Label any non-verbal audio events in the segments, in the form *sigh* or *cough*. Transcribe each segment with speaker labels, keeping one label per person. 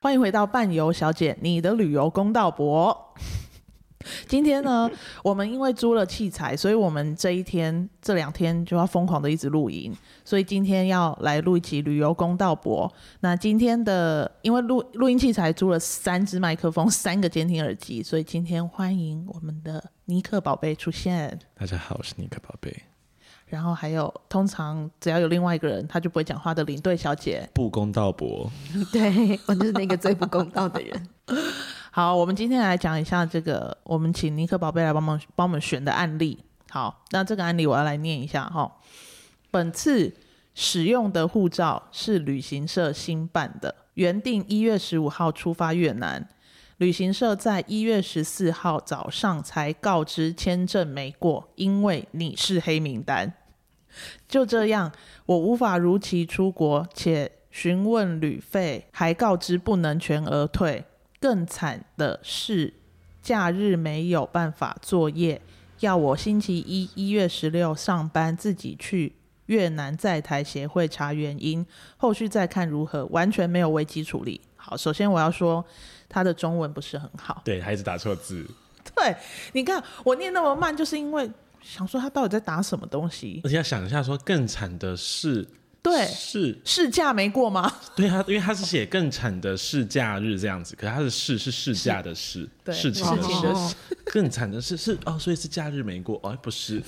Speaker 1: 欢迎回到伴游小姐，你的旅游公道博。 *laughs* 今天呢，我们因为租了器材，所以我们这一天这两天就要疯狂的一直露营，所以今天要来录一期旅游公道博。那今天的因为录录音器材租了三支麦克风、三个监听耳机，所以今天欢迎我们的尼克宝贝出现，
Speaker 2: 大家好，我是尼克宝贝。
Speaker 1: 然后还有通常只要有另外一个人他就不会讲话的领队小姐，
Speaker 2: 不公道博，
Speaker 3: *laughs* 对我就是那个最不公道的人。
Speaker 1: 好，我们今天来讲一下这个，我们请尼克宝贝来帮忙帮我们选的案例。好，那这个案例我要来念一下哈。本次使用的护照是旅行社新办的，原定一月十五号出发越南，旅行社在一月十四号早上才告知签证没过，因为你是黑名单。就这样，我无法如期出国，且询问旅费，还告知不能全额退。更惨的是，假日没有办法作业，要我星期一一月十六上班，自己去越南在台协会查原因，后续再看如何，完全没有危机处理。好，首先我要说，他的中文不是很好。 *laughs*
Speaker 2: 对，他一直打错字，
Speaker 1: 对，你看我念那么慢，就是因为想说他到底在打什么东西。
Speaker 2: 而且要想一下说，更惨的是，
Speaker 1: 对
Speaker 2: 是，
Speaker 1: 试驾没过吗？
Speaker 2: 对他，因为他是写更惨的是假日这样子，可是他的是是试驾的是，
Speaker 1: 对事
Speaker 2: 事情的
Speaker 1: 情
Speaker 2: 事，
Speaker 1: 的
Speaker 3: 哦
Speaker 1: 事。
Speaker 2: 更惨的是是哦，所以是假日没过，哦，
Speaker 1: *laughs*
Speaker 2: 不是，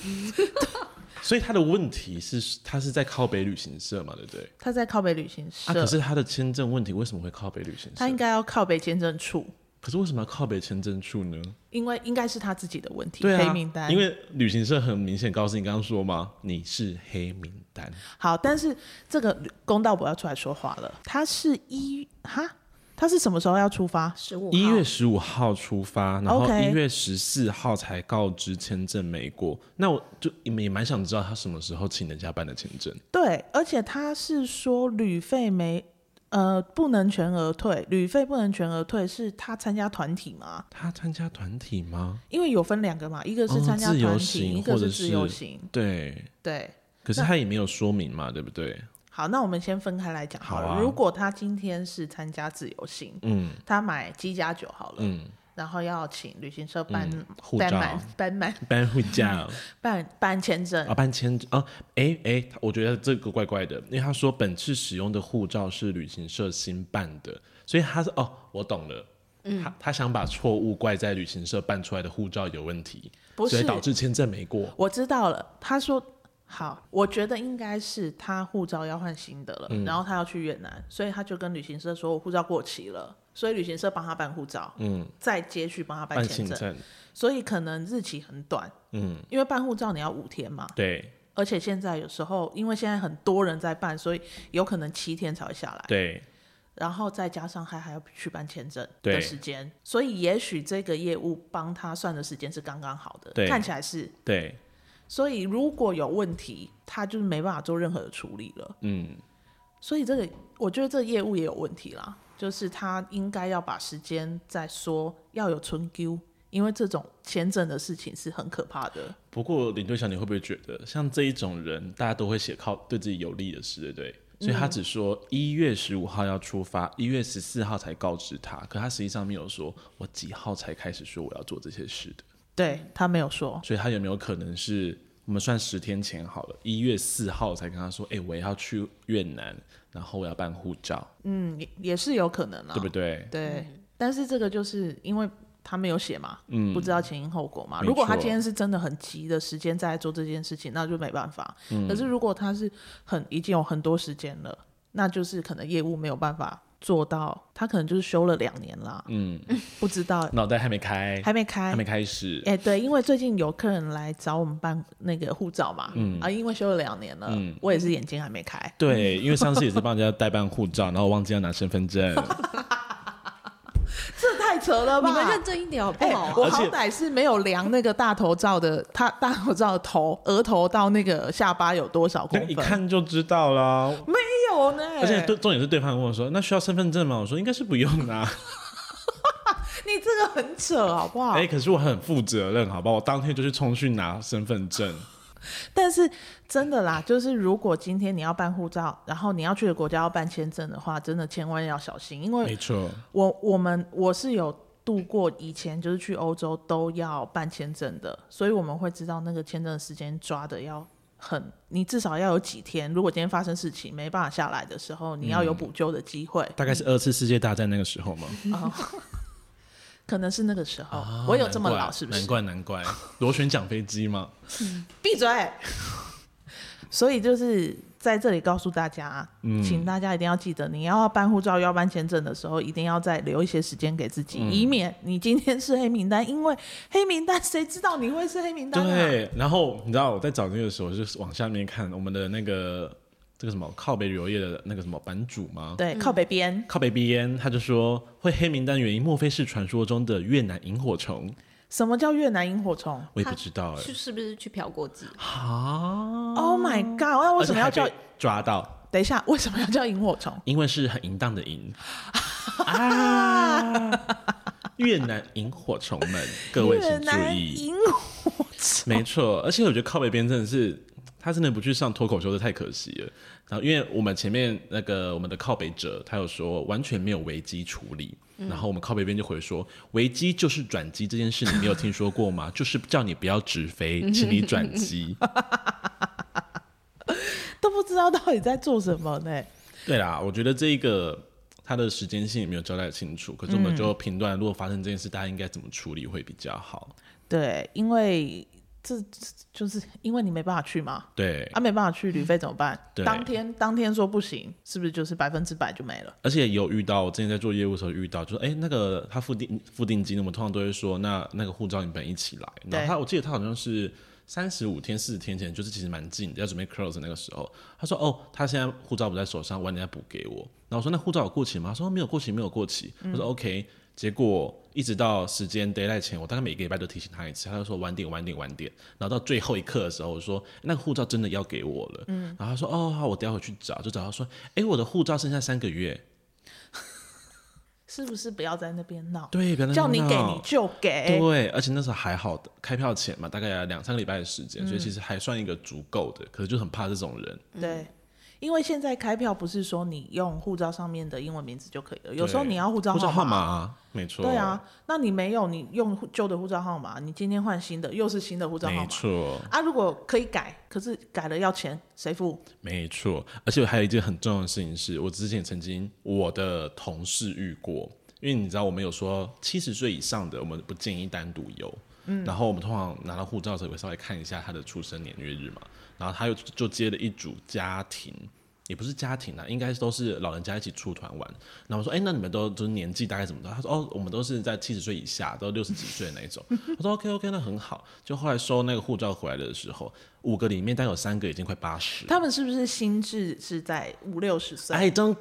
Speaker 2: 所以他的问题是，他是在靠北旅行社嘛，对不对？
Speaker 1: 他在靠北旅行社，
Speaker 2: 啊，可是他的签证问题为什么会靠北旅行
Speaker 1: 他应
Speaker 2: 社？
Speaker 1: 该要靠北签证处，
Speaker 2: 可是为什么要靠北签证处呢？
Speaker 1: 因为应该是他自己的问题，
Speaker 2: 对啊，
Speaker 1: 黑名单。
Speaker 2: 因为旅行社很明显告诉你，刚刚说嘛，你是黑名单。
Speaker 1: 好，但是这个公道伯要出来说话了。他是一哈，他是什么时候要出发？
Speaker 3: 十五
Speaker 2: 一月十五号出发，然后
Speaker 1: OK
Speaker 2: 一月十四号才告知签证没过。那我就也蛮想知道他什么时候请人家办的签证。
Speaker 1: 对，而且他是说旅费没呃不能全额退，旅费不能全额退是他参加团体吗？
Speaker 2: 他参加团体吗？
Speaker 1: 因为有分两个嘛，一个是
Speaker 2: 哦
Speaker 1: 参加
Speaker 2: 自由
Speaker 1: 团体，
Speaker 2: 行
Speaker 1: 一个
Speaker 2: 或者
Speaker 1: 自
Speaker 2: 是
Speaker 1: 由行。
Speaker 2: 对，
Speaker 1: 对，
Speaker 2: 可是
Speaker 1: 那
Speaker 2: 他也没有说明嘛，对不对？
Speaker 1: 好，那我们先分开来讲好了。
Speaker 2: 好啊
Speaker 1: 如果他今天是参加自由行，
Speaker 2: 嗯
Speaker 1: 他买机加酒好了，
Speaker 2: 嗯，
Speaker 1: 然后要请旅行社办、
Speaker 2: 嗯护
Speaker 1: 办
Speaker 2: 照
Speaker 1: 满办满
Speaker 2: 办护
Speaker 1: *laughs*
Speaker 2: 照
Speaker 1: 办办签证
Speaker 2: 啊，办签啊，哎哎，他我觉得这个怪怪的，因为他说本次使用的护照是旅行社新办的，所以他是哦，我懂了。
Speaker 1: 嗯
Speaker 2: 他他想把错误怪在旅行社办出来的护照有问题，
Speaker 1: 不
Speaker 2: 所以
Speaker 1: 是
Speaker 2: 导致签证没过。
Speaker 1: 我知道了，他说好，我觉得应该是他护照要换新的了，
Speaker 2: 嗯
Speaker 1: 然后他要去越南，所以他就跟旅行社说，我护照过期了，所以旅行社帮他办护照，
Speaker 2: 嗯，
Speaker 1: 再接续帮他办
Speaker 2: 办
Speaker 1: 签
Speaker 2: 签
Speaker 1: 证，
Speaker 2: 证，
Speaker 1: 所以可能日期很短，
Speaker 2: 嗯，
Speaker 1: 因为办护照你要五天嘛，
Speaker 2: 对
Speaker 1: 而且现在有时候因为现在很多人在办，所以有可能七天才会下来，
Speaker 2: 对，
Speaker 1: 然后再加上他还要去办签证
Speaker 2: 对
Speaker 1: 的时间，所以也许这个业务帮他算的时间是刚刚好的，
Speaker 2: 对
Speaker 1: 看起来是。
Speaker 2: 对，
Speaker 1: 所以如果有问题，他就是没办法做任何的处理了。
Speaker 2: 嗯，
Speaker 1: 所以这个，我觉得这个业务也有问题啦，就是他应该要把时间再说，要有存 Q，因为这种签证的事情是很可怕的。
Speaker 2: 不过领队小姐会不会觉得，像这一种人，大家都会写靠对自己有利的事，对不对？所以
Speaker 1: 嗯
Speaker 2: 他只说一月十五号要出发，一月十四号才告知他，可他实际上没有说我几号才开始说我要做这些事的。
Speaker 1: 对嗯他没有说，
Speaker 2: 所以他有没有可能是我们算十天前好了，一月四号才跟他说，哎、我要去越南，然后我要办护照，
Speaker 1: 嗯，也也是有可能啊，
Speaker 2: 对不对？
Speaker 1: 对但是这个就是因为他没有写嘛，嗯，不知道前因后果嘛。
Speaker 2: 没
Speaker 1: 如果他
Speaker 2: 错
Speaker 1: 今天是真的很急的时间再来做这件事情，那就没办法。可是如果他是很已经有很多时间了，那就是可能业务没有办法做到，他可能就是休了两年啦，嗯，不知道
Speaker 2: 脑袋还没开，
Speaker 1: 还没开
Speaker 2: 还没。开始，
Speaker 1: 哎、对，因为最近有客人来找我们办那个护照嘛，啊，因为休了两年了，我也是眼睛还没开， *laughs*
Speaker 2: 对，因为上次也是帮人家代办护照，然后忘记要拿身
Speaker 1: *laughs*
Speaker 2: 份证，
Speaker 1: 这太扯了吧！
Speaker 3: 你们认真一点好不
Speaker 1: 哎、
Speaker 3: 好啊？
Speaker 1: 我
Speaker 2: 而且
Speaker 1: 好歹是没有量那个大头照的，他大头照的头额头到那个下巴有多少公
Speaker 2: 那个一
Speaker 1: 分？
Speaker 2: 看就知道啦。
Speaker 1: 没有呢。
Speaker 2: 而且对，重点是对方跟我说，那需要身份证吗？我说应该是不用
Speaker 1: *laughs*
Speaker 2: 啦、
Speaker 1: 你这个很扯，好不好？
Speaker 2: 哎哎、可是我很负责任，好吧？我当天就去冲去拿身份证，
Speaker 1: 但是真的啦，就是如果今天你要办护照，然后你要去的国家要办签证的话，真的千万要小心，因为
Speaker 2: 没错，
Speaker 1: 我我们我是有度过以前就是去欧洲都要办签证的，所以我们会知道那个签证的时间抓的要很，你至少要有几天。如果今天发生事情没办法下来的时候，你
Speaker 2: 嗯
Speaker 1: 要有补救的机
Speaker 2: *laughs*
Speaker 1: 会。
Speaker 2: 大概是二次世界大战那个时候嘛。
Speaker 1: 可能是那个时候，
Speaker 2: 啊
Speaker 1: 我有这么
Speaker 2: 难怪
Speaker 1: 老是不是
Speaker 2: 难？怪难怪，螺旋桨飞
Speaker 1: *laughs*
Speaker 2: 机嘛，
Speaker 1: 闭嘴。所以就是在这里告诉大家，
Speaker 2: 嗯
Speaker 1: 请大家一定要记得，你要办护照、要办签证的时候，一定要再留一些时间给自己，
Speaker 2: 嗯
Speaker 1: 以免你今天是黑名单。因为黑名单，谁知道你会是黑名单啊？
Speaker 2: 对，然后你知道我在找那个时候，就是往下面看我们的那个这个什么靠北旅游业的那个什么版主吗？
Speaker 1: 对，靠北边，
Speaker 2: 靠北鼻烟，他就说会黑名单原因，莫非是传说中的越南萤火虫？
Speaker 1: 什么叫越南萤火虫
Speaker 2: 我也不知道哎、
Speaker 3: 是是不是去嫖过妓？
Speaker 2: 啊，
Speaker 1: ？Oh my god！那为什么要
Speaker 2: 而
Speaker 1: 叫
Speaker 2: 且还？被抓到？
Speaker 1: 等一下，为什么要叫萤火虫？
Speaker 2: 因为是很淫荡的
Speaker 1: *laughs*
Speaker 2: 淫啊！越南萤火虫们，各位
Speaker 1: 越
Speaker 2: 请注
Speaker 1: 南
Speaker 2: 意，
Speaker 1: 萤火虫。
Speaker 2: 没错。而且我觉得靠北边真的是，他真的不去上脱口秀，的太可惜了。然后，因为我们前面那个我们的靠北者，他有说完全没有危机处理，然后我们靠北边就回说，危机就是转机这件事，你没有听说过吗？ *laughs* 就是叫你不要直飞，请你转机。 *laughs*
Speaker 1: 都不知道到底在做什么呢？
Speaker 2: 对啦，我觉得这一个它的时间性也没有交代清楚，可是我们就评断，如果发生这件事，大家应该怎么处理会比较好？
Speaker 1: 对，因为这这就是因为你没办法去嘛，
Speaker 2: 对，
Speaker 1: 啊，没办法去旅费怎么办？
Speaker 2: 对
Speaker 1: 当天当天说不行，是不是就是百分之百就没了？
Speaker 2: 而且有遇到，我之前在做业务的时候遇到，就是哎、诶那个他付定付定金，我们通常都会说，那那个护照你本人一起来。
Speaker 1: 对
Speaker 2: 然后他我记得他好像是三十五天、四十天前，就是其实蛮近的，要准备 close 的那个时候，他说哦，他现在护照不在手上，晚点再补给我。然后我说那护照有过期吗？他说没有过期，没有过期。我说 OK，结果一直到时间 d a y l i g h t 前，我大概每个礼拜都提醒他一次，他就说晚点晚点晚点，然后到最后一刻的时候，我说那个护照真的要给我了，嗯，然后他说哦好，我等一下回去找，就找他说，哎，我的护照剩下三个月，
Speaker 1: 是不是不要在那边闹？
Speaker 2: 对，不要在那
Speaker 1: 叫你
Speaker 2: 边
Speaker 1: 给
Speaker 2: 闹
Speaker 1: 你就给，
Speaker 2: 对，而且那时候还好的，开票前嘛，大概两三个礼拜的时间，
Speaker 1: 嗯
Speaker 2: 所以其实还算一个足够的，可是就很怕这种人。
Speaker 1: 对。因为现在开票不是说你用护照上面的英文名字就可以了，有时候
Speaker 2: 对
Speaker 1: 你要护照
Speaker 2: 护照
Speaker 1: 号
Speaker 2: 号码、啊，没错，
Speaker 1: 对啊，，那你没有，你用旧的护照号码，你今天换新的，又是新的护照号
Speaker 2: 没
Speaker 1: 码
Speaker 2: 错，
Speaker 1: 啊。如果可以改，可是改了要钱，谁付？
Speaker 2: 没错。而且还有一件很重要的事情是，我之前曾经我的同事遇过，因为你知道我们有说七十岁以上的我们不建议单独游。嗯，然后我们通常拿到护照的时候，会稍微看一下他的出生年月日嘛。然后他又就接了一组家庭，也不是家庭啊啦，应该都是老人家一起出团玩。然后我说，哎、那你们都就是年纪大概怎么的？他说，哦，我们都是在七十岁以下，都六十几岁的那一种。我说，OK OK，那很好。就后来收那个护照回来的时候，五个里面大概有三个已经快八十。
Speaker 1: 他们是不是心智是在五六十岁？
Speaker 2: I don't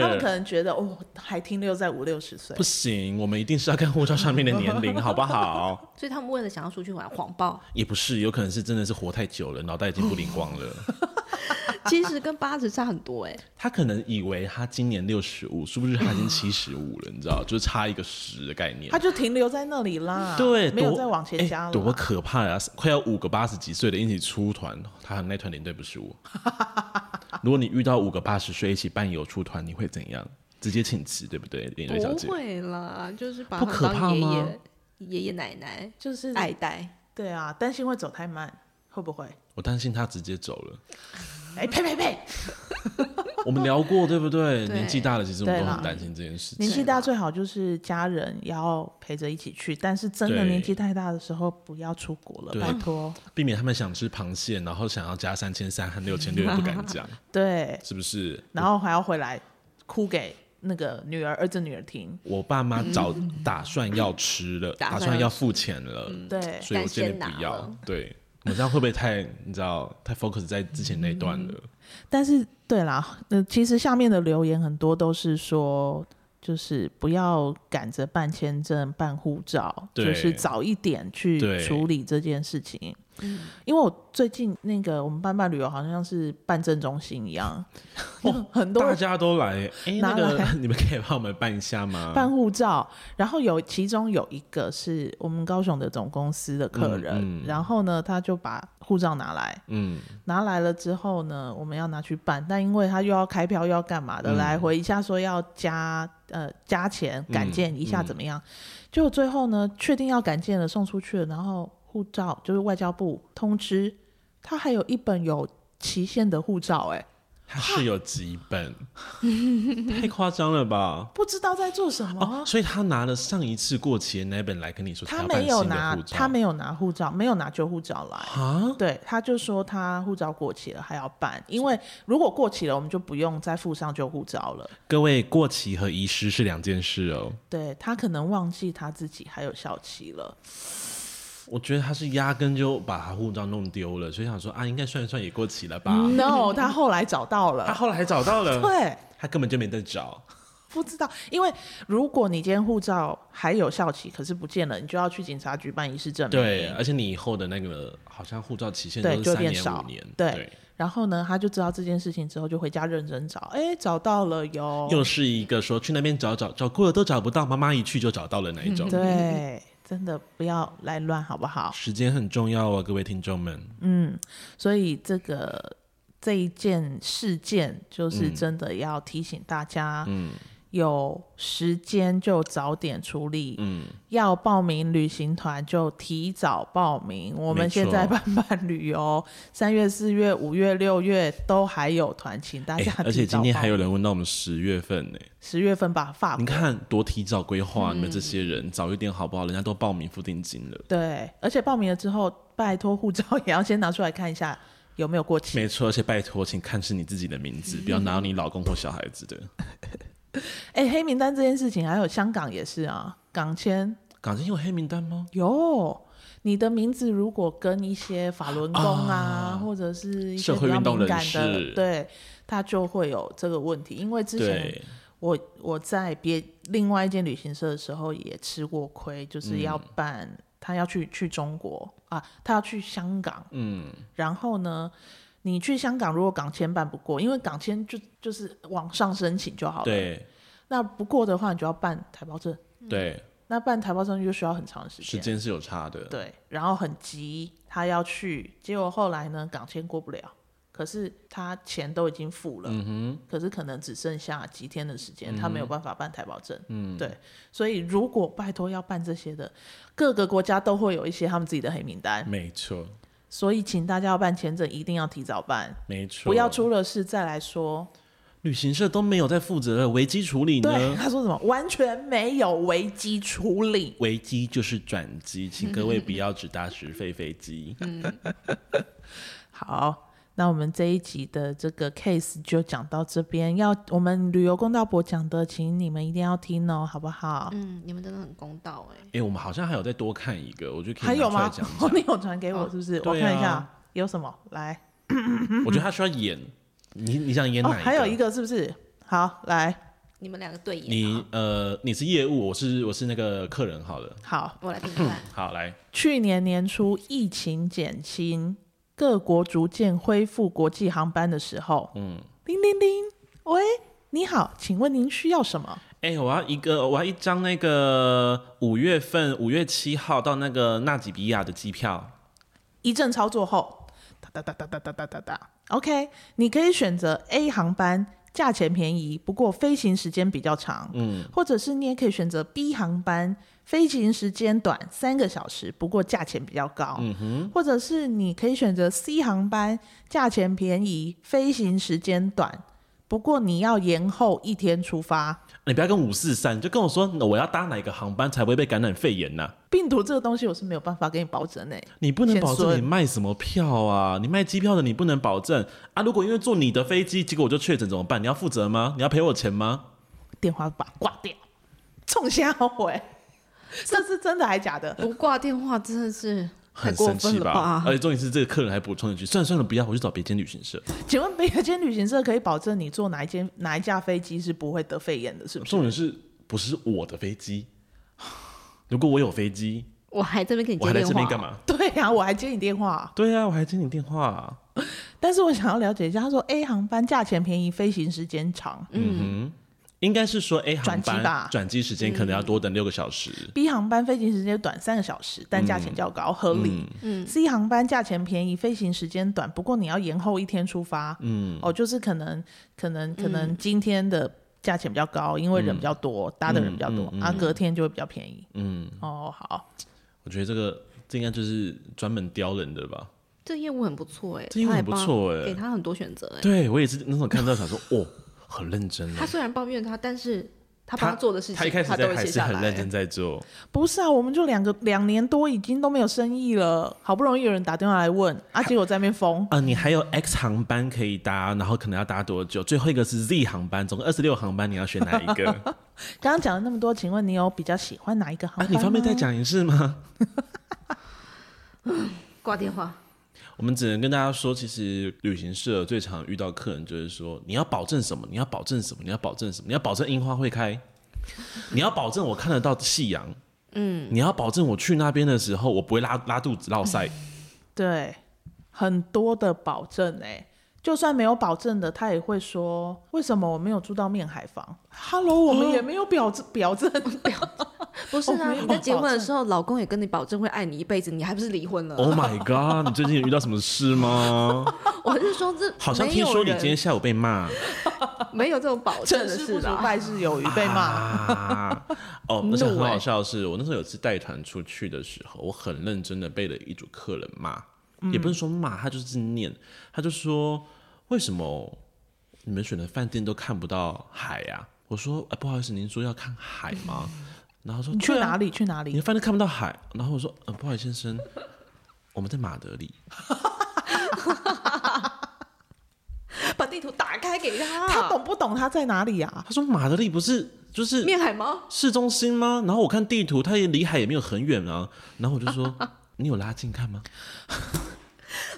Speaker 1: 他们可
Speaker 2: care。
Speaker 1: 能觉得哦，还停留在五六十岁
Speaker 2: 不。行，我们一定是要看护照上面的年龄， *laughs* 好不好？
Speaker 3: 所以他们为了想要出去玩，谎 *laughs* 报
Speaker 2: 也不是，有可能是真的是活太久了，脑袋已经不灵光了。
Speaker 1: *laughs*
Speaker 3: 其实跟八十差很多哎、
Speaker 2: 他可能以为他今年六十五，是不是他已经七十五了？你知道，就是差一个十的概念
Speaker 1: 他。就停留在那里啦，
Speaker 2: 对，
Speaker 1: 没有
Speaker 2: 多
Speaker 1: 再往前
Speaker 2: 哎
Speaker 1: 加了啦。啊
Speaker 2: 多可怕呀、快要五个八十几岁的一起出团，他和那团领队不是
Speaker 1: *laughs*
Speaker 2: 我。如果你遇到五个八十岁一起伴游出团，你会怎样？直接请辞，对不对，领队小姐
Speaker 3: 不？会啦，就是把
Speaker 2: 不
Speaker 3: 他们
Speaker 2: 可怕
Speaker 3: 当爷
Speaker 2: 吗
Speaker 3: 爷、爷爷奶奶
Speaker 1: 就是
Speaker 3: 爱戴。
Speaker 1: 对啊，担心会走太慢，会不会？
Speaker 2: 我担心他直接走了。
Speaker 1: 哎，呸呸呸！
Speaker 2: 我们聊过，对不对？
Speaker 3: 对
Speaker 2: 年纪大了，其实我们
Speaker 1: 对
Speaker 2: 都
Speaker 1: 啦
Speaker 2: 很担心这件事情。
Speaker 1: 年纪大最好就是家人也要陪着一起去，但是真的
Speaker 2: 对
Speaker 1: 年纪太大的时候不要出国了，
Speaker 2: 对
Speaker 1: 拜托。
Speaker 2: 避免他们想吃螃蟹，然后想要加三千三和六千六，也不
Speaker 1: *laughs*
Speaker 2: 敢讲，
Speaker 1: 对，
Speaker 2: 是不是？
Speaker 1: 然后还要回来哭给那个女儿、儿子、女儿听。
Speaker 2: 我爸妈早打算要吃了，
Speaker 3: 打
Speaker 2: 打
Speaker 3: 算
Speaker 2: 算要
Speaker 3: 要
Speaker 2: 付钱了，
Speaker 1: 嗯对，
Speaker 2: 所以我建议不
Speaker 3: 但先拿
Speaker 2: 要
Speaker 1: 嗯
Speaker 3: 了。
Speaker 2: 对，我这样会不会太你知道太 focus 在之前那一段了？
Speaker 1: 嗯但是对啦，那、其实下面的留言很多都是说，就是不要赶着办签证、办护照，
Speaker 2: 对
Speaker 1: 就是早一点去
Speaker 2: 对
Speaker 1: 处理这件事情。
Speaker 2: 嗯
Speaker 1: 因为我最近那个我们班办旅游好像是办证中心一
Speaker 2: *laughs*
Speaker 1: 样，很多
Speaker 2: 哦大家都来、欸，哎、那
Speaker 1: 拿
Speaker 2: 个 *laughs*
Speaker 1: 来
Speaker 2: 你们可以帮我们办一下吗？
Speaker 1: 办护照，然后有其中有一个是我们高雄的总公司的客人，
Speaker 2: 嗯嗯
Speaker 1: 然后呢他就把护照拿来，
Speaker 2: 嗯，
Speaker 1: 拿来了之后呢，我们要拿去办，但因为他又要开票又要干嘛的，
Speaker 2: 嗯
Speaker 1: 来回一下说要加呃加钱赶件
Speaker 2: 嗯
Speaker 1: 一下怎么样，结果最后呢确定要赶件了送出去了，然后护照就是外交部通知他还有一本有期限的护照、哎，
Speaker 2: 它是有几本，太夸张了吧？
Speaker 1: 不知道在做什么。
Speaker 2: 哦，所以他拿了上一次过期的那本来跟你说
Speaker 1: 他
Speaker 2: 要办
Speaker 1: 没有
Speaker 2: 新的
Speaker 1: 拿
Speaker 2: 护，照，
Speaker 1: 他没有拿护照，没有拿旧护照来。
Speaker 2: 啊，
Speaker 1: 对，他就说他护照过期了，还要办，因为如果过期了，我们就不用再附上旧护照了。
Speaker 2: 各位过期和遗失是两件事哦。
Speaker 1: 对他可能忘记他自己还有校期
Speaker 2: *laughs*
Speaker 1: 了，
Speaker 2: 我觉得他是压根就把他护照弄丢了，所以想说啊，应该算一算也过期了吧。
Speaker 1: No，他后来找到
Speaker 2: 他
Speaker 1: 了，
Speaker 2: 后来还找到了，
Speaker 1: 嗯对，
Speaker 2: 他根本就没得找。
Speaker 1: 不知道，因为如果你今天护照还有效期，可是不见了，你就要去警察局办遗失证明。
Speaker 2: 对，啊而且你以后的那个好像护照期限都
Speaker 1: 嗯对
Speaker 2: 是
Speaker 1: 就
Speaker 2: 三
Speaker 1: 变
Speaker 2: 年
Speaker 1: 少
Speaker 2: 五年，
Speaker 1: 对然后呢，他就知道这件事情之后，就回家认真找，哎，找到了哟，
Speaker 2: 又是一个说去那边找找找过了都找不到，妈妈一去就找到了那一种。
Speaker 1: 嗯对，真的不要来乱，好不好？
Speaker 2: 时间很重要哦，各位听众们。
Speaker 1: 嗯，所以这个这一件事件，就是
Speaker 2: 嗯
Speaker 1: 真的要提醒大家，
Speaker 2: 嗯
Speaker 1: 有时间就早点处理，
Speaker 2: 嗯，
Speaker 1: 要报名旅行团就提早报名。我们
Speaker 2: 没错
Speaker 1: 现在办办旅游，三月、四月、五月、六月都还有团，请大
Speaker 2: 哎
Speaker 1: 家、
Speaker 2: 而且今天还有
Speaker 1: 提
Speaker 2: 人问到我们十月份呢、
Speaker 1: 早报名十月份吧，法
Speaker 2: 你
Speaker 1: 国。
Speaker 2: 看多提早规划，你们这些人、早一点好不好？人家都报名付定金了。
Speaker 1: 对，而且报名了之后，拜托护照也要先拿出来看一下有没有过期。
Speaker 2: 没错，而且拜托，请看是你自己的名字，不要拿到你老公或小孩子的。
Speaker 1: 哎，黑名单这件事情，还有香港也是啊，港签
Speaker 2: 港星有黑名单吗？
Speaker 1: 有。你的名字如果跟一些法轮功啊，或者是一些
Speaker 2: 社会
Speaker 1: 比较
Speaker 2: 运动
Speaker 1: 敏
Speaker 2: 人
Speaker 1: 感
Speaker 2: 士
Speaker 1: 的，对，他就会有这个问题。因为之前
Speaker 2: 对，
Speaker 1: 我我在别另外一间旅行社的时候也吃过亏，就是要办、他要去去中国啊，他要去香港，
Speaker 2: 嗯，
Speaker 1: 然后呢，你去香港如果港签办不过，因为港签就就是往上申请就好了，，
Speaker 2: 对
Speaker 1: 那不过的话你就要办台胞证，
Speaker 2: 对，
Speaker 1: 那办台胞证就需要很长的时
Speaker 2: 时
Speaker 1: 间，
Speaker 2: 间嗯是有差的。
Speaker 1: 对，然后很急，他要去，结果后来呢，港签过不了，可是他钱都已经付
Speaker 2: 嗯
Speaker 1: 了，可是可能只剩下几天的时间，他没有办法办台胞证，嗯，对，所以如果拜托要办这些的，各个国家都会有一些他们自己的黑名单，
Speaker 2: 没错，
Speaker 1: 所以请大家要办签证一定要提早办，
Speaker 2: 没错，
Speaker 1: 不要出了事再来说。
Speaker 2: 旅行社都没有在负责危机处理
Speaker 1: 对，
Speaker 2: 呢。
Speaker 1: 他说什么完全没有危机处理，
Speaker 2: 危机就是转机，请各位不要只搭直飞飞机。
Speaker 1: 好，那我们这一集的这个 case 就讲到这边。要我们旅游公道博讲的，请你们一定要听哦，好不好？
Speaker 3: 嗯，你们真的很公道哎、
Speaker 2: 哎、我们好像还有再多看一个，我觉得可
Speaker 1: 还
Speaker 2: 以拿
Speaker 1: 有
Speaker 2: 出来
Speaker 1: 吗
Speaker 2: 讲一？
Speaker 1: *laughs* 哦
Speaker 2: 下。
Speaker 1: 你有传给我是不是？我
Speaker 2: 对
Speaker 1: 看一下
Speaker 2: 啊
Speaker 1: 有什么来。
Speaker 2: *laughs* 我觉得他需要演，你你想演
Speaker 1: 哦，
Speaker 2: 哪一个？
Speaker 1: 还有一个是不是？好，来，
Speaker 3: 你们两个对眼
Speaker 2: 你
Speaker 3: 啊，
Speaker 2: 呃，你是业务，我是我是那个客人，好了，
Speaker 1: 好。
Speaker 3: 我来听
Speaker 2: *laughs*
Speaker 3: 听看。
Speaker 2: 好来，
Speaker 1: 去年年初疫情减轻，各国逐渐恢复国际航班的时候，嗯，叮叮叮，喂，你好，请问您需要什么？
Speaker 2: 哎、我要一个，我要一张那个五月份五月七号到那个纳吉比亚的机票。
Speaker 1: 一阵操作后，哒哒哒哒哒哒哒哒哒，OK，你可以选择 A 航班，价钱便宜，不过飞行时间比较长，嗯，或者是你也可以选择 B 航班，飞行时间短，三个小时，不过价钱比较高，嗯哼，或者是你可以选择 C 航班，价钱便宜，飞行时间短，不过你要延后一天出发。
Speaker 2: 你不要跟五四三，你就跟我说我要搭哪个航班才不会被感染肺炎呐、
Speaker 1: 病毒这个东西我是没有办法给你保证欸诶、
Speaker 2: 你不能
Speaker 1: 先
Speaker 2: 保证
Speaker 1: 说
Speaker 2: 你卖什么票啊，你卖机票的你不能保证啊。如果因为坐你的飞机，结果我就确诊怎么办？你要负责吗？你要赔我钱吗？
Speaker 1: 电话把它挂掉，冲瞎回，这是真的还假的？
Speaker 3: 不挂电话真的是太
Speaker 2: 很
Speaker 3: 过
Speaker 2: 生气
Speaker 3: 分了
Speaker 2: 吧？呃
Speaker 3: 吧
Speaker 2: 而？且重点是这个客人还补充一句：算了算了，不要，我去找别间旅行社。
Speaker 1: 请问北间旅行社可以保证你坐哪一间哪一架飞机是不会得肺炎的，是不是？ *laughs*
Speaker 2: 重点是不是我的飞机？如果我有飞机，
Speaker 3: 我还这边给你
Speaker 2: 我
Speaker 3: 接
Speaker 2: 还来
Speaker 3: 电
Speaker 2: 这
Speaker 3: 话
Speaker 2: 边干？嘛？
Speaker 1: 对呀、我还接你电话，
Speaker 2: 对啊呀、我还接你电话、
Speaker 1: 但是我想要了解一下，他说 A 航班价钱便宜，飞行时间长
Speaker 2: 嗯哼，应该是说 A 航
Speaker 1: 转机吧
Speaker 2: 班转机时间
Speaker 3: 嗯
Speaker 2: 可能要多等六个小时。
Speaker 1: ；B 航班飞行时间短三个小时，但价钱较高，合理。
Speaker 3: 嗯
Speaker 1: C 航班价钱便宜，飞行时间短，不过你要延后一天出发。
Speaker 2: 嗯，
Speaker 1: 哦，就是可能可能可能今天的价钱比较高，因为人比较多，搭的人比较多，
Speaker 2: 嗯嗯嗯
Speaker 1: 啊，隔天就会比较便宜。
Speaker 2: 嗯，
Speaker 1: 哦，好，
Speaker 2: 我觉得这个这应该就是专门刁人的吧。
Speaker 3: 这业务很不错哎，
Speaker 2: 这业务
Speaker 3: 他还
Speaker 2: 很不
Speaker 3: 帮
Speaker 2: 错哎
Speaker 3: 给他很多选择哎。
Speaker 2: 对我也是那时候看到想
Speaker 3: *laughs*
Speaker 2: 说，哦，很认真
Speaker 3: 他
Speaker 2: 啊。
Speaker 3: 虽然抱怨他，但是他帮做的事情，
Speaker 2: 他一开始
Speaker 3: 都
Speaker 2: 在
Speaker 3: 会
Speaker 2: 还
Speaker 3: 写
Speaker 2: 是
Speaker 3: 下
Speaker 2: 很认真
Speaker 3: 来。
Speaker 2: 在做，
Speaker 1: 不是啊，我们就两个两年多已经都没有生意了，好不容易有人打电话来问，啊，结果在那边
Speaker 2: *laughs*
Speaker 1: 疯。
Speaker 2: 啊，你还有 X 航班可以搭，然后可能要搭多久？最后一个是 Z 航班，总共二十六航班，你要选哪一个？
Speaker 3: *laughs*
Speaker 1: 刚刚讲了那么多，请问你有比较喜欢哪一个航
Speaker 2: 啊
Speaker 1: 班，
Speaker 2: 你
Speaker 1: 吗？
Speaker 2: 方便再讲一次吗？
Speaker 3: 挂电话，
Speaker 2: 我们只能跟大家说，其实旅行社最常遇到客人就是说，你要保证什么？你要保证什么？你要保证什么？你要保证樱花会开，你要保证我看得到夕阳，嗯，你要保证我去那边的时候，我不会拉拉肚子、落塞。
Speaker 1: 对，很多的保证哎、就算没有保证的，他也会说为什么我没有住到面海房？Hello，我
Speaker 2: 哦
Speaker 1: 们也没有表证、表证，
Speaker 3: 不是
Speaker 1: 哦
Speaker 3: 啊？
Speaker 1: 没有
Speaker 3: 你在结
Speaker 1: 保
Speaker 3: 婚的
Speaker 1: 证
Speaker 3: 时候，老公也跟你保证会爱你一辈子，你还不是离婚了？
Speaker 2: Oh my god！你最近有遇到什么事吗？
Speaker 3: 我是说这
Speaker 2: *laughs* 好像
Speaker 3: 没
Speaker 2: 听
Speaker 3: 有
Speaker 2: 说你
Speaker 3: 人
Speaker 2: 今天下午被骂，
Speaker 3: 没有这种保证
Speaker 1: 成
Speaker 3: 的
Speaker 1: 事不
Speaker 3: 事
Speaker 1: 足
Speaker 3: 啦。
Speaker 1: 败事有余，被骂。
Speaker 2: *laughs* 啊。
Speaker 1: *laughs*
Speaker 2: 哦，而且很
Speaker 1: 怒欸
Speaker 2: 好笑的是，我那时候有一次带团出去的时候，我很认真的被了一组客人骂，
Speaker 1: 嗯
Speaker 2: 也不是说骂，他就是念，他就说为什么你们选的饭店都看不到海呀、我说、哎不好意思，您说要看海
Speaker 1: *laughs*
Speaker 2: 吗？然后他说
Speaker 1: 你去
Speaker 2: 对啊
Speaker 1: 哪里？去哪
Speaker 2: 你
Speaker 1: 里？
Speaker 2: 的饭店看不到海。然后我说，呃，不好意思，先生，我们在马德里。
Speaker 3: 把地图打开给他，
Speaker 1: 他懂不懂他在哪里啊？
Speaker 2: 他说马德里不是
Speaker 1: *laughs*
Speaker 2: 就是
Speaker 3: 面海吗？
Speaker 2: 市中心吗？然后我看地图，它也离海也没有很远啊。然后我就说， *laughs* 你有拉近看吗？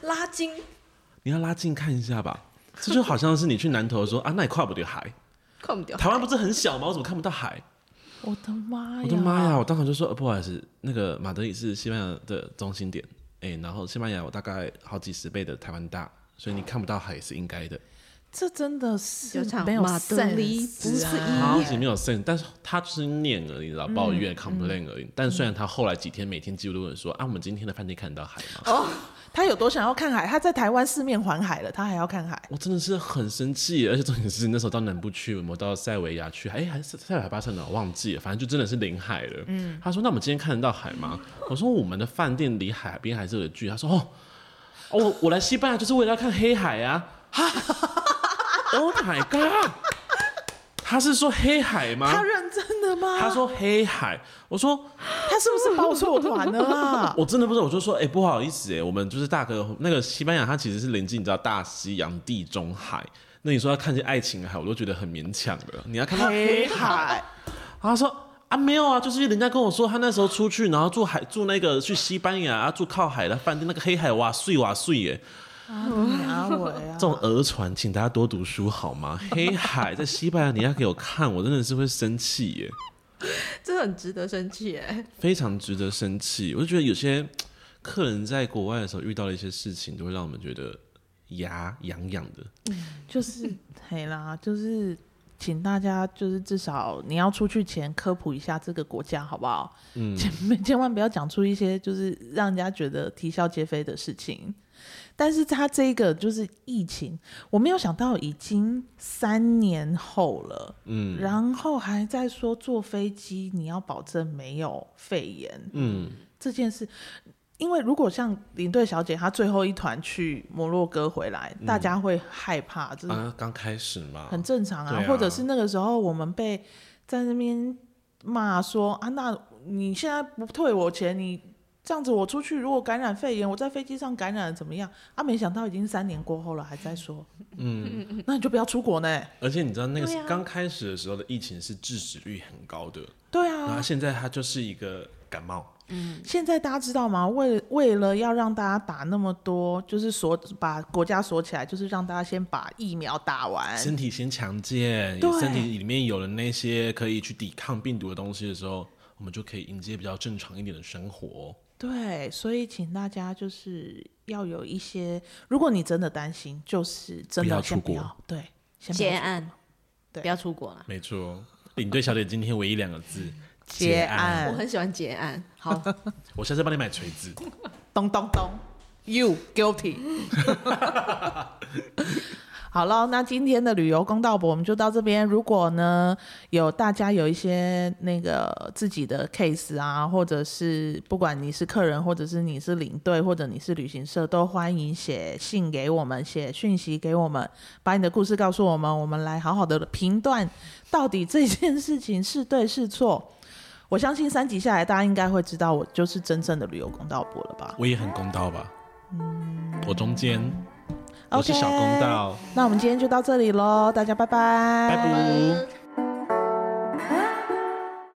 Speaker 3: 拉筋
Speaker 2: 你要拉近看一下吧。这就好像是你去南投说啊，那你跨不了海。
Speaker 3: 看不掉。
Speaker 2: 台湾不是很小吗？我怎么看不到海？
Speaker 1: 我的妈呀！
Speaker 2: 我的妈呀！！我当场就说、呃不好意思，那个马德里是西班牙的中心点，哎、然后西班牙我大概好几十倍的台湾大，所以你看不到海也是应该的。
Speaker 1: 这真的是
Speaker 3: 有场
Speaker 1: 没有
Speaker 3: 马德里
Speaker 1: sense
Speaker 3: 不是
Speaker 1: 啊
Speaker 2: 超级没有 sense，但是他就是念而已，老抱怨、complain 而已。但虽然他后来几天每天记录都有说啊，我们今天的饭店看得到海吗？
Speaker 1: 他有多想要看海？他在台湾四面环海了，他还要看海。
Speaker 2: 我真的是很生气，而且重点是那时候到南部去，我们到塞维亚去，哎，还是塞维亚巴塞呢，我忘记了，反正就真的是临海了。嗯，他说：“那我们今天看得到海吗？”我说：“我们的饭店离海边还是有距。”他说：“哦，哦我我来西班牙就是为了要看黑海啊！”哈，Oh my god！他是说黑海
Speaker 1: 他
Speaker 2: 吗？
Speaker 1: 认真的吗？
Speaker 2: 啊他说黑海，我说
Speaker 1: 他是不是报错团
Speaker 2: *laughs*
Speaker 1: 了啊？ *laughs*
Speaker 2: 我真的不知道，我就说，哎、不好意思、哎，我们就是大哥，那个西班牙，它其实是临近你知道大西洋、地中海。那你说要看见爱情海，我都觉得很勉强了。你要看到
Speaker 1: 黑 *laughs* 海。
Speaker 2: 然后 *laughs* 他说啊，没有啊，就是人家跟我说，他那时候出去，然后住海住那个去西班牙、啊、住靠海的饭店，那个黑海哇碎哇碎耶。
Speaker 1: 阿伟哎啊
Speaker 2: 这，种讹传，请大家多读书好吗？黑海在西班牙，你要给我看，我真的是会生气耶。
Speaker 3: 这很值得生气哎！
Speaker 2: 非常值得生气。我就觉得有些客人在国外的时候遇到了一些事情，都会让我们觉得牙痒痒的。
Speaker 1: 就是嘿啦，就是请大家就是至少你要出去前科普一下这个国家好不好？嗯，千千万不要讲出一些就是让人家觉得啼笑皆非的事情。但是他这个就是疫情，我没有想到已经三年后了，嗯，然后还在说坐飞机你要保证没有肺炎，
Speaker 2: 嗯，
Speaker 1: 这件事，因为如果像领队小姐她最后一团去摩洛哥回来，大家会害怕，这是
Speaker 2: 啊，刚开始嘛，
Speaker 1: 很正常啊。
Speaker 2: 对啊
Speaker 1: 或者是那个时候我们被在那边骂说啊，那你现在不退我钱，你这样子我出去如果感染肺炎，我在飞机上感染了怎么样？啊，没想到已经三年过后了，还在说，嗯，那你就不要出国呢。
Speaker 2: 而且你知道那个
Speaker 3: 对啊
Speaker 2: 刚开始的时候的疫情是致死率很高的，
Speaker 1: 对
Speaker 2: 然后
Speaker 1: 啊，
Speaker 2: 现在它就是一个感冒。
Speaker 1: 现在大家知道吗？为为了要让大家打那么多，就是锁把国家锁起来，就是让大家先把疫苗打完，
Speaker 2: 身体先强健，
Speaker 1: 哎对
Speaker 2: 身体里面有了那些可以去抵抗病毒的东西的时候，我们就可以迎接比较正常一点的生活。
Speaker 1: 对，所以请大家就是要有一些，如果你真的担心，就是真
Speaker 2: 不
Speaker 1: 的
Speaker 2: 要
Speaker 1: 先
Speaker 2: 出
Speaker 1: 不
Speaker 2: 国
Speaker 1: 要，对，先不
Speaker 3: 结
Speaker 1: 要
Speaker 3: 案，
Speaker 1: 对
Speaker 3: 不要出国了。
Speaker 2: 没错，你对小姐今天唯一两个字
Speaker 1: 结
Speaker 3: 我
Speaker 1: 案，
Speaker 3: 很喜欢结案， *laughs* 好，
Speaker 2: 我下次帮你买锤子。
Speaker 1: 咚咚咚，You guilty 。好了，那今天的旅游公道博我们就到这边。如果呢有大家有一些那个自己的 case 啊，或者是不管你是客人，或者是你是领队，或者你是旅行社，都欢迎写信给我们，写讯息给我们，把你的故事告诉我们，我们来好好的评断到底这件事情是对是错。 *laughs* 我相信三集下来，大家应该会知道我就是真正的旅游公道博了吧？
Speaker 2: 我也很公道吧？我中间，
Speaker 1: 嗯
Speaker 2: 我
Speaker 1: OK，
Speaker 2: 是小公道，
Speaker 1: 那我们今天就到这里喽，大家拜拜，
Speaker 2: 拜拜。